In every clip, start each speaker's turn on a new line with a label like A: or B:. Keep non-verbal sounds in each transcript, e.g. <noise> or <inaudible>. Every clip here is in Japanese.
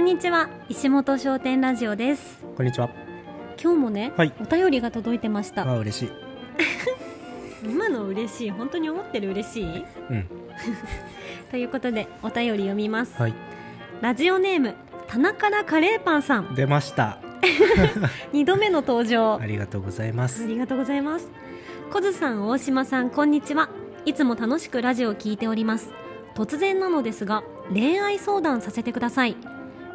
A: にちは石本商店ラジオです
B: こんにちは。
A: 今日もね、
B: はい
A: お便りが届いてました
B: ああ、嬉しい。
A: 今の嬉しい本当に思ってる嬉しい
B: うん。
A: ということでお便り読みます、
B: はい。
A: ラジオネーム田中らカレーパンさん
B: 出ました。
A: 2度目の登場
B: ありがとうございま
A: あ
B: す。
A: りがとうございます。コズさん、大島さん、こんにちは。いつも楽しくラジオを聞いております。突然なのですが、恋愛相談させてください。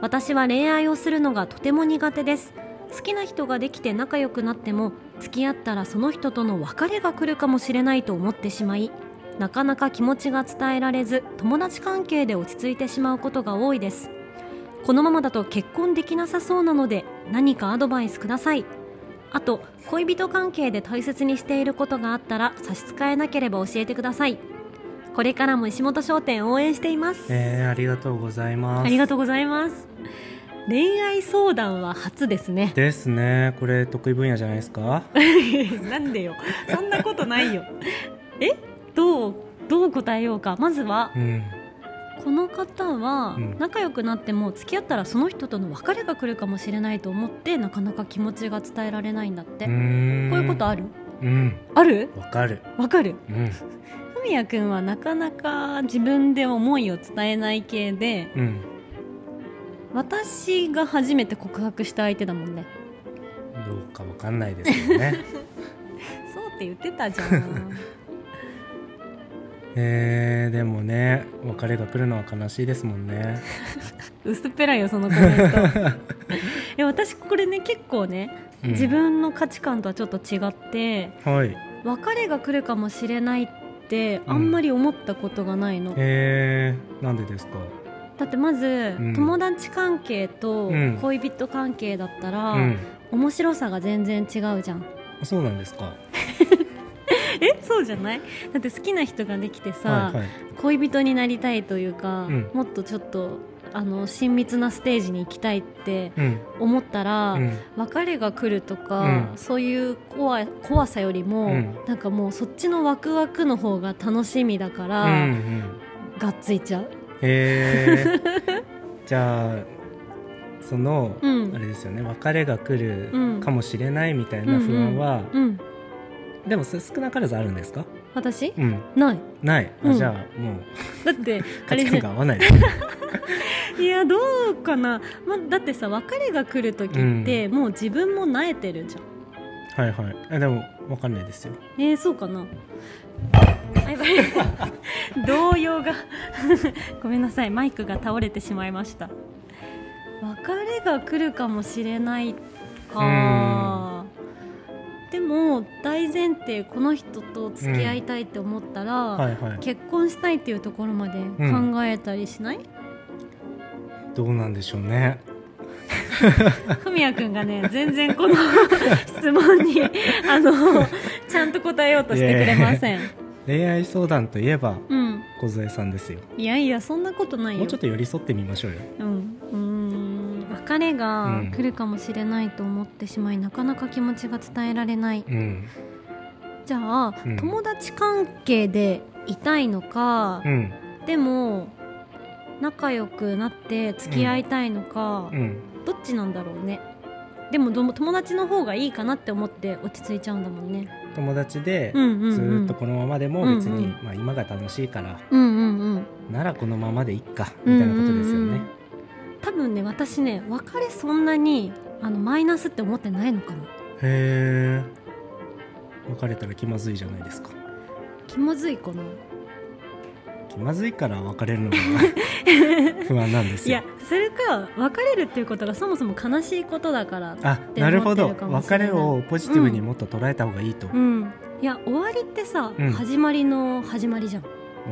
A: 私は恋愛をするのがとても苦手です。好きな人ができて仲良くなっても、付き合ったらその人との別れが来るかもしれないと思ってしまい、なかなか気持ちが伝えられず、友達関係で落ち着いてしまうことが多いです。このままだと結婚できなさそうなので、何かアドバイスください。あと恋人関係で大切にしていることがあったら差し支えなければ教えてくださいこれからも石本商店応援しています、
B: えー、ありがとうございます。
A: ありがと
B: う。
A: うございます恋愛相談は初ですね
B: ですね。これ得意分野じゃないですか。
A: <laughs> なんでよそんなことないよえどうどう答えようかまずは
B: うん。
A: この方は
B: うん
A: 仲良くなっても付き合ったらその人との別れが来るかもしれないと思ってなかなか気持ちが伝えられないんだって、
B: うーん。
A: こういうことある
B: うん。
A: ある
B: わかる。
A: わかる
B: うん。
A: ふみやくんはなかなか自分で思いを伝えない系で
B: うん。
A: 私が初めて告白した相手だもんね
B: どうかわかんないですよね。
A: <laughs> そうって言ってたじゃ <laughs> ん
B: えー、でもね、別れが来るのは悲しいですもんね。
A: 薄っぺらいよそのコメントえ私これね結構ね、
B: う
A: <laughs>
B: ん
A: 自。分の価値観とはちょっと違って
B: はい。
A: 別れが来るかもしれないってあんまり思ったことがないの、
B: えー、なんでですか。
A: だってまず、
B: うん
A: 友達関係と
B: うん
A: 恋人関係だったら、
B: うん。
A: 面白さが全然違うじゃん
B: そうなんですか。
A: えそうじゃないだって好きな人ができてさ、
B: はいはい。
A: 恋人になりたいというか、
B: うん
A: もっとちょっとあの親密なステージに行きたいって
B: うん。
A: 思ったら、
B: うん。
A: 別れが来るとか、
B: うん
A: そういう怖い怖さよりも、
B: うん
A: なんかもうそっちのワクワクの方が楽しみだか
B: う
A: ら、
B: ん。うん。
A: がっついちゃう。
B: へえ
A: <laughs>
B: じゃあその、
A: うん
B: あれですよね別れが来
A: うん
B: るかもしれないみたいな不安は、
A: うん、
B: でもそれ少なからずあるんですか
A: 私
B: うん
A: ない
B: ない、あ
A: うん
B: じゃあもう
A: だってあ
B: <laughs> 価
A: れ
B: 値
A: じ
B: 観
A: ゃ
B: が合わないですね
A: いやどうかな、ま、だってさ別れが来る時って、もう自分も慣れてるじゃん
B: はいはいえでもわかんないですよ
A: えー、そうかな。あやばい
B: <laughs>
A: 動揺が <laughs> ごめんなさいマイクが倒れてしまいました別れが来るかもしれないかでも大前提この人と付き合いたいって思ったら、
B: はいはい
A: 結婚したいっていうところまで考えたりしない
B: どうなんでしょうね
A: ふみやくんがね全然この <laughs> 質問にあのちゃんと答えようとしてくれません、
B: 恋愛相談といえば
A: うん
B: 小添さんですよ
A: いやいやそんなことないよ
B: もうちょっと寄り添ってみましょうよ
A: うん、うーん別れが来るかもしれないと思ってしまい、なかなか気持ちが伝えられない
B: うん
A: じゃあ、
B: うん
A: 友達関係でいたいのか
B: う、ん
A: でも仲良くなって付き合いたいのか
B: う、ん
A: どっちなんだろうねでもどうも友達の方がいいかなって思って落ち着いちゃうんだもんね
B: 友達で、
A: うんうんうん
B: ずーっとこのままでも別に、
A: うん
B: まあ、今が楽しいから
A: うんうんうん
B: ならこのままでいっかみたいなことですよ
A: うんうんう
B: ね
A: ん。多分ね私ね別れそんなにあのマイナスって思ってないのかも
B: へえ別れたら気まずいじゃないですか
A: 気まずいかな
B: 気まずいから別れるのが <laughs> 不安なんで
A: <laughs>
B: す
A: いや
B: よ。
A: それか別れるっていうことがそもそも悲しいことだから
B: あ
A: って
B: なるほど
A: 思ってるかもしれない
B: 別れをポジティブにもっと捉えた方がいいと、
A: うんいや終わりってさ、
B: うん
A: 始まりの始まりじゃん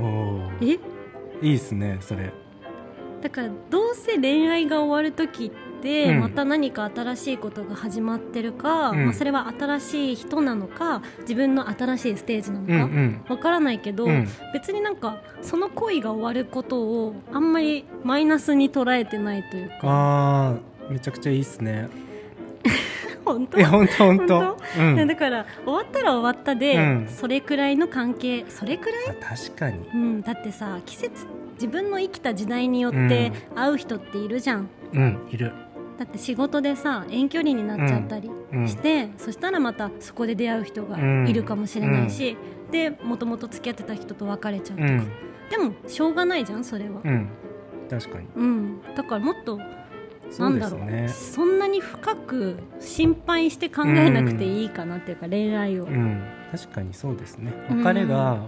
B: おおい
A: え
B: いですねそれ
A: だからどうせ恋愛が終わる時って、
B: うん
A: また何か新しいことが始まってるか、
B: うん
A: まあ、それは新しい人なのか自分の新しいステージなの
B: うんう
A: か、
B: ん
A: わからないけど、
B: うん
A: 別になんかその恋が終わることをあんまりマイナスに捉えてないというか
B: あーめちゃくちゃいいですね
A: 本当
B: いやほんとほん
A: ほん
B: と
A: と
B: うん
A: だから終わったら終わったで、
B: うん
A: それくらいの関係それくらい、
B: あ確かに
A: うん、だってさ季節自分の生きた時代によって会う人っているじゃん、
B: うんいる
A: だって仕事でさ遠距離になっちゃったり
B: うん
A: して、そしたらまたそこで出会う人がいるかもしれないし、でもともと付き合ってた人と別れちゃうと
B: う
A: か、
B: ん
A: でもしょうがないじゃんそれは、
B: うん確かに
A: うんだからもっとな
B: そうんで
A: だ
B: す
A: ろう
B: ね
A: そんなに深く心配して考えなくていいかなっていうか、恋愛を
B: う。ん確かにそうですね
A: うん
B: 別れが、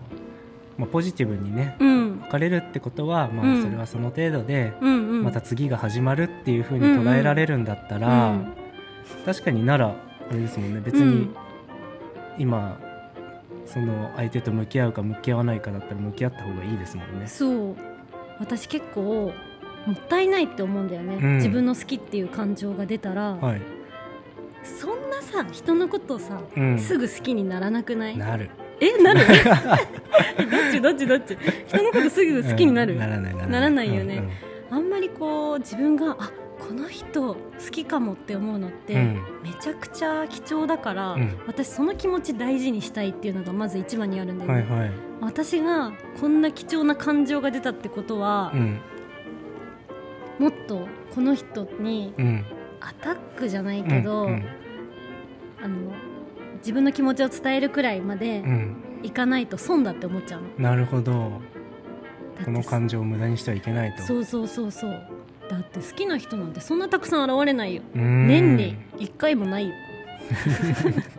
B: まあ、ポジティブにね
A: うん、
B: 別れるってことは、
A: う
B: ま
A: ん
B: あ、それはその程度で、
A: うん、うん、
B: また次が始まるっていうふうに捉えられるんだったら、
A: うん
B: 確かにならあれですもんね別
A: う
B: に
A: ん
B: 今、その相手と向き合うか向き合わないかだったら向き合った方がいいですもんね。
A: そう私結構もったいないって思うんだよね、
B: うん
A: 自分の好きっていう感情が出たら、
B: はい、
A: そんなさ人のことをさ、
B: うん
A: すぐ好きにならなくない
B: なる
A: えな
B: <laughs>
A: るえどっちどっちどっち人のことすぐ好きになる、
B: うんならないならない
A: ならないよね
B: うんうん
A: あんまりこう自分があこの人好きかもって思うのって、
B: うん
A: めちゃくちゃ貴重だから、
B: うん
A: 私その気持ち大事にしたいっていうのがまず一番にあるんだよ
B: は
A: ね、
B: いはい、
A: 私がこんな貴重な感情が出たってことは
B: う、ん
A: もっとこの人に
B: うん、
A: アタックじゃないけど、
B: うん
A: あの自分の気持ちを伝えるくらいまで
B: うん
A: いかないと損だって思っちゃうの。だ
B: うん、なるほど
A: って
B: この感情を無駄にしてはいけないと
A: そうそうそうそうだって好きな人なんてそんなたくさん現れないよ、
B: うん
A: 年に1回も
B: <laughs>
A: ないよ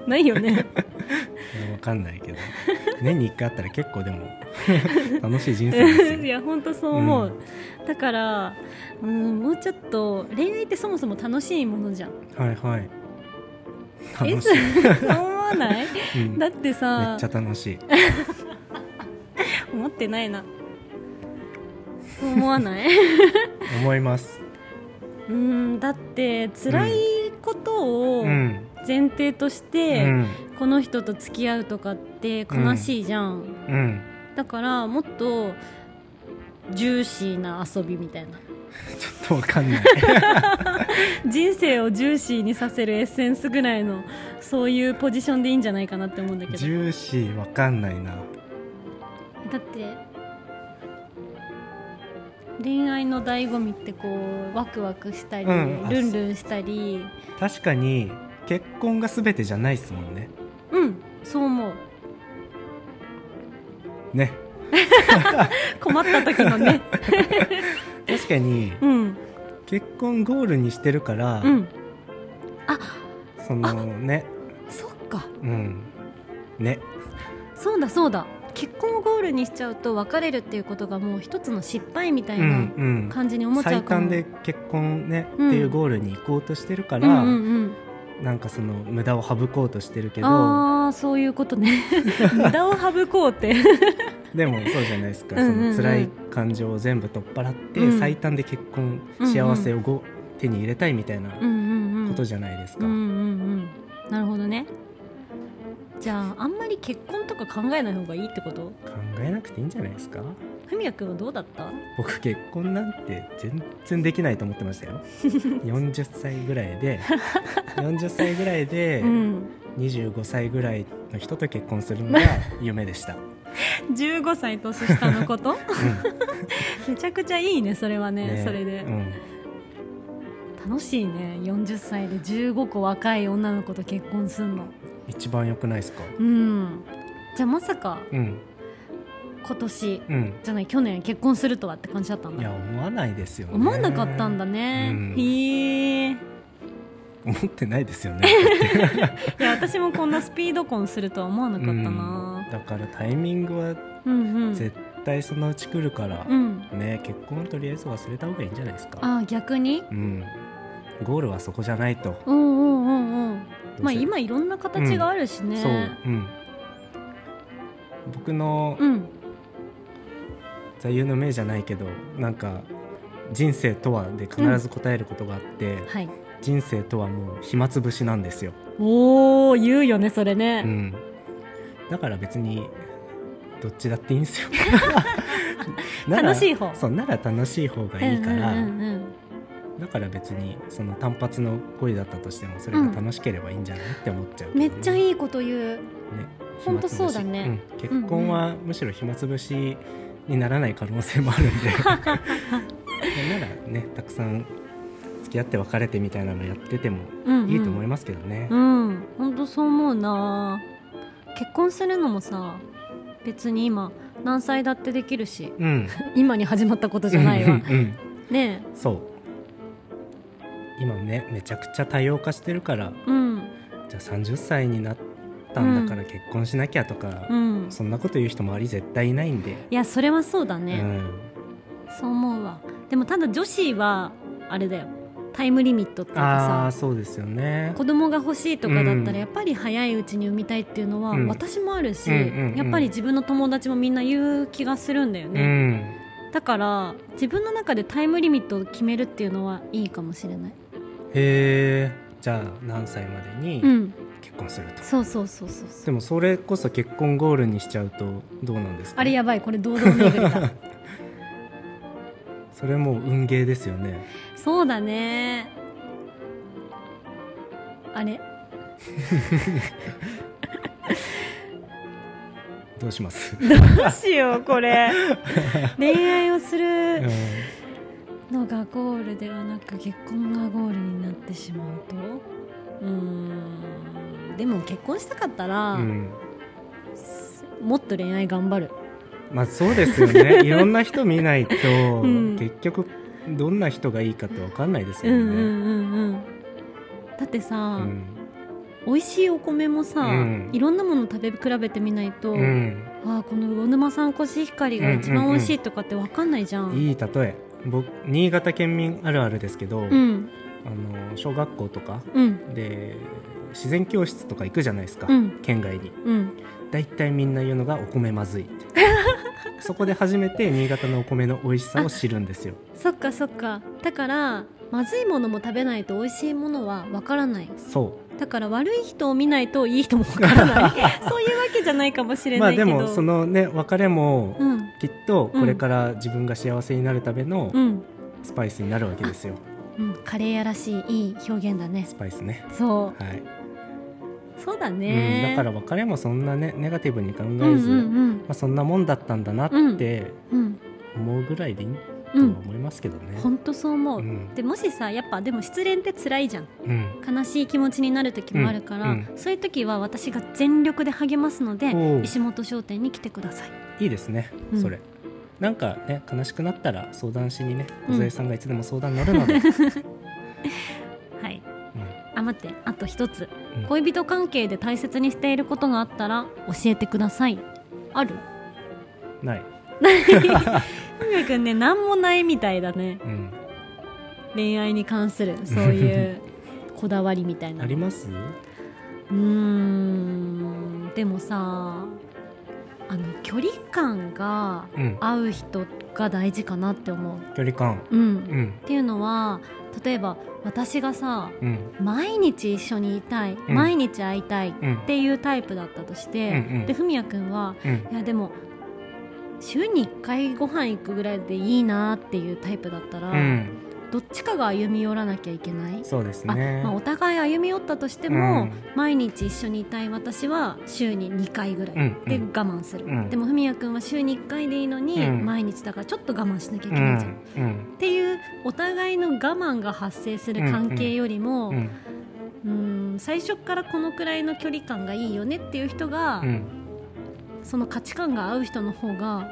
A: ないよね
B: わかんないけど <laughs> 年に1回あったら結構でも <laughs> 楽しい人生です
A: い <laughs>
B: よ。
A: や本当そう思う、だから、うん、もうちょっと恋愛ってそもそも楽しいものじゃん
B: はいはい。
A: え <laughs>
B: 楽し
A: そう
B: い。
A: 思わない
B: うんめ
A: だ
B: っ
A: って
B: ち
A: さ
B: ゃ楽しい。
A: 思ってないなそう思わない
B: <laughs> 思います。
A: うんだって辛いことを
B: うん。
A: 前提とし
B: う
A: て、
B: ん。
A: この人と付き合うとかって悲しいじゃん
B: うん。
A: だからもっとジューシーな遊びみたいな
B: ちょっとわかん
A: <laughs>
B: ない。
A: 人生をジューシーにさせるエッセンスぐらいのそういうポジションでいいんじゃないかなって思うんだけ
B: ジ
A: ど
B: ューシーわかんないな。
A: だって恋愛の醍醐味ってこうワクワクしたり、
B: うんあ
A: ルンルンしたり
B: 確かに結婚が全てじゃないですもんね。
A: うんそう思う
B: ね。
A: 困った時の
B: <laughs>
A: ね
B: 確かに
A: うん
B: 結婚ゴールにしてるから、
A: うん
B: そのね、
A: そっか
B: うん。ね。
A: そうだそうだ結婚をゴールにしちゃうと別れるっていうことがもう一つの失敗みたい
B: うん
A: な
B: うん。
A: 感じに思っちゃう
B: 最
A: かも、
B: 短で結婚ね、
A: うん
B: っていうゴールに行こうとしてるか
A: う
B: ら、
A: んうんうん
B: なんかその無駄を省こうとしてるけど
A: ああそういうこと
B: <laughs>
A: ね無駄を省こうって
B: でもそうじゃないですか
A: うん
B: そ
A: うんうん
B: の辛い感情を全部取っ払って、
A: うん
B: 最短で結婚
A: うんうん
B: 幸せをご、手に入れたいみたいな
A: うんうんうん
B: ことじゃないです
A: う
B: か。
A: んうんうんなるほどねじゃああんまり結婚とか考えない方がいいってこと
B: 考えなくていいんじゃないですか
A: ふみやくんはどうだった
B: 僕結婚なんて全然できないと思ってまし
A: <laughs>
B: たよ40歳ぐらいで40歳ぐらいで
A: うん
B: 25歳ぐらいの人と結婚するのが夢でした、
A: 15歳年下のこと
B: うん
A: めちゃくちゃいいねそれはね
B: ね
A: それで、
B: うん
A: 楽しいね40歳で15個若い女の子と結婚すんの
B: 一番良くないですか
A: うんじゃあまさか
B: うん
A: 今年
B: うん
A: じゃない去年結婚するとはって感じだったん
B: いや
A: だ
B: 思わないですよね
A: 思わなかったんだね、
B: うん
A: へえ
B: 思ってないですよね
A: いや私もこんなスピード婚するとは思わなかった
B: う、
A: なん
B: だからタイミングは
A: うん、うんうん
B: 絶対そのうち来るから、
A: うん
B: ね結婚とりあえず忘れた方がいいんじゃないですか
A: ああ逆に
B: うんゴールはそこじゃないと
A: うんうんうんうんまあ
B: どうせ
A: 今いろんな形があるしね、
B: そううん僕の
A: うん
B: 座右の銘じゃないけどなんか人生とはで必ず答えることがあって、
A: はい
B: 人生とはもう暇つぶしなんですよ、
A: おお言うよねそれ
B: う
A: ね、
B: ん、だから別にどっちだっていいん
A: <laughs>
B: ですよなら
A: 楽しい方
B: そうなら楽しい方がいいから、
A: うんうんうん
B: だから別にその単発の恋だったとしてもそれが楽しければいいんじゃない、って思っちゃう
A: うん、めっちゃ
B: い
A: いいこと言うほんとそうだね、
B: うん結婚はむしろ暇つぶし
A: <laughs>
B: にならない可能性もあるんでいやならねたくさん付き合って別れてみたいなのやってても
A: うんうん
B: いいと思いますけどね、
A: うん本当そう思うな結婚するのもさ別に今何歳だってできるし
B: うん
A: 今に始まったことじゃないわ
B: うんうん
A: ね
B: そう今ねめちゃくちゃ多様化してるから
A: えうん
B: じゃあ30歳になったんだから結婚しなきゃとか、
A: うん
B: そんなこと言う人周り絶対いないんで、
A: いやそれはそうだ
B: う
A: ね、
B: ん、
A: そう思うわでもただ女子はあれだよタイムリミットっていう
B: ああ
A: か
B: ーそうですよね
A: さ子供が欲しいとかだった
B: うん
A: らやっぱり早いうちに産みたいっていうのは
B: うん
A: 私もあるし、
B: うんうんうん
A: やっぱり自分の友達もみんな言う気がするんだよ
B: う
A: ね、
B: ん
A: だから自分の中でタイムリミットを決めるっていうのはいいかもしれない
B: へえじゃあ何歳まで
A: う
B: に
A: ん
B: 結婚すると、
A: そうそうそうそうそう
B: でもそれこそ結婚ゴールにしちゃうとどうなんですか
A: あれやばいこれ堂々巡り
B: <laughs>
A: だ
B: それもう運ゲーですよね
A: そうだねあ
B: <laughs>
A: れ
B: どう
A: <laughs>
B: します、
A: どうしようこれ恋愛をす
B: <laughs> う
A: る
B: ん、
A: のがゴールではなく結婚がゴールになってしまうとうーんでも結婚したかったら、
B: うん
A: もっと恋愛頑張る
B: まあそうですよ
A: <laughs>
B: ねいろんな人見ないと、
A: ん
B: 結局どんな人がいいかって分かんないです
A: う
B: よ
A: ん
B: ね、
A: うんうんうんだってさ、
B: うん
A: 美味しいお米もさ、
B: うん
A: いろんなもの食べ比べてみないと、
B: うん
A: ああこの魚沼産コシヒカリが一番美味しいとかって分かんないじゃん。
B: いい例え僕新潟県民あるあるですけど、
A: うん
B: あの小学校とか
A: うん
B: で自然教室とか行くじゃないですか、
A: うん
B: 県外に
A: うん
B: 大体みんな言うのがお米まずいって
A: <laughs>
B: そこで初めて新潟のお米の美味しさを知るんですよ
A: そっかそっかだからまずいものも食べないと美味しいものは分からない
B: そ
A: だから悪い人を見ないといい人も分からない
B: <laughs>
A: そういうわけじゃないかもし
B: う
A: れ
B: ま
A: な
B: あ
A: いけ
B: で
A: ど、
B: もそのね別れも
A: うん
B: きっとこれから自分が幸せになるための
A: うん、
B: スパイスになるわけですよ、
A: うん、カレー屋らしいいい表現だね
B: スパイスね
A: そ
B: はい、
A: うそうだ
B: うん、
A: ね
B: だから別れもそんなねネガティブに考
A: うんう
B: えず、ま
A: ん
B: あ、そんなもんだったんだなって
A: うんうん
B: 思うぐらいでいいと
A: う
B: は
A: ん
B: 思いますけどね、
A: 本当そう思う、
B: うん
A: でもしさやっぱでも失恋って辛いじゃん
B: うん
A: 悲しい気持ちになる時もあるから、
B: うんう
A: そういう時は私が全力で励ますので
B: おう
A: 石本商店に来てください
B: いいですね、
A: うん
B: それなんかね悲しくなったら相談しにね
A: うん
B: 小沢さんがいつでも相談乗る
A: <laughs>
B: ので、うん
A: はいあ待ってあと一つ、
B: うん
A: 恋人関係で大切にしていることがあったら教えてくださいある
B: ない、
A: ふみやくんね何もないみたいだね
B: うん、
A: 恋愛に関するそういう
B: <laughs>
A: こだわりみたいな
B: あります
A: うーんでもさあの距離感が
B: うん
A: 合う人が大事かなって思
B: 距離感
A: ううん
B: うん
A: っていうのは例えば私がさ
B: うん
A: 毎日一緒にいたい、
B: ん
A: 毎日会いたいっ
B: うん
A: ていうタイプだったとして、
B: うんうん
A: でふみやくんは
B: うん
A: いやでも週に1回ご飯行くぐらいでいいなっていうタイプだったら、
B: うん
A: どっちかが歩み寄らなきゃいけない、
B: そうです
A: あ
B: ね
A: まあ、お互い歩み寄ったとしても、
B: うん
A: 毎日一緒にいたい私は週に2回ぐらい
B: うん
A: で
B: う
A: 我
B: ん
A: 慢する、
B: うん
A: でもふみやくんは週に1回でいいのに、
B: うん
A: 毎日だからちょっと我慢しなきゃいうけないじゃん
B: んうん
A: っていうお互いの我慢が発生する関係よりも、う
B: うんん
A: 最初からこのくらいの距離感がいいよねっていう人が、
B: うん
A: その価値観が合う人の方が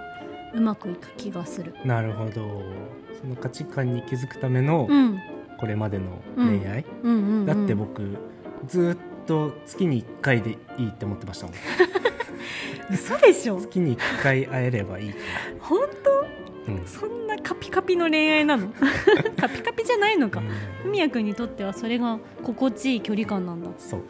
A: うまくいく気がする。
B: なるほどその価値観に気づくための
A: うん、
B: これまでの恋愛、
A: うんうんうん
B: だって僕ずーっと月に1回でいいって思ってましたもん
A: 嘘でしょ
B: 月に1回会えればいいから
A: 本
B: うん
A: <laughs> 当そんなカピカピの恋愛なの <laughs> カピカピじゃないのか
B: うん
A: 文也君にとってはそれが心地いい距離感なんだ
B: そう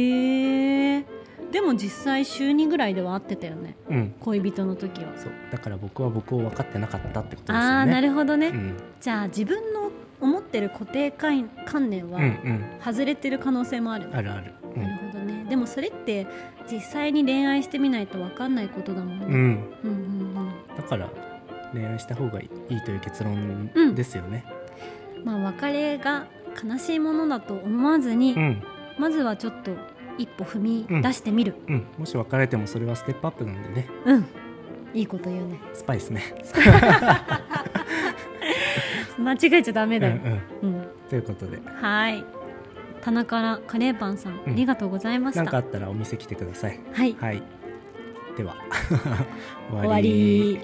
A: へえでも実際週2ぐらいでは会ってたよね
B: うん
A: 恋人の時は
B: そうだから僕は僕を分かってなかったってことですよね
A: ああな
B: る
A: るほどね、
B: うん
A: じゃあ自分の思ってる固定観観念は
B: うんうん
A: 外れてる可能性もある、
B: あるある
A: なるほどねでもそれって実際に恋愛してみないと分かんないことだもん
B: うん、う
A: ね、う
B: ん、
A: ん、うん
B: だから恋愛した方がいいという結論
A: うん
B: ですよね
A: うんまあ別れが悲しいものだと思わずに、
B: うん、
A: まずはちょっと一歩踏み出してみる
B: うんもし別れてもそれはステップアップなんでね
A: うん、いいこと言うね
B: スパイスね
A: うん間違えちゃダメ
B: うん
A: だ
B: う
A: よ、
B: ん
A: うん
B: ということで
A: はい棚からカレーパンさん、
B: うん
A: ありがとうございまし
B: 何かあ
A: た
B: ったらお店来てください <laughs>
A: はい
B: はいでは
A: 終わり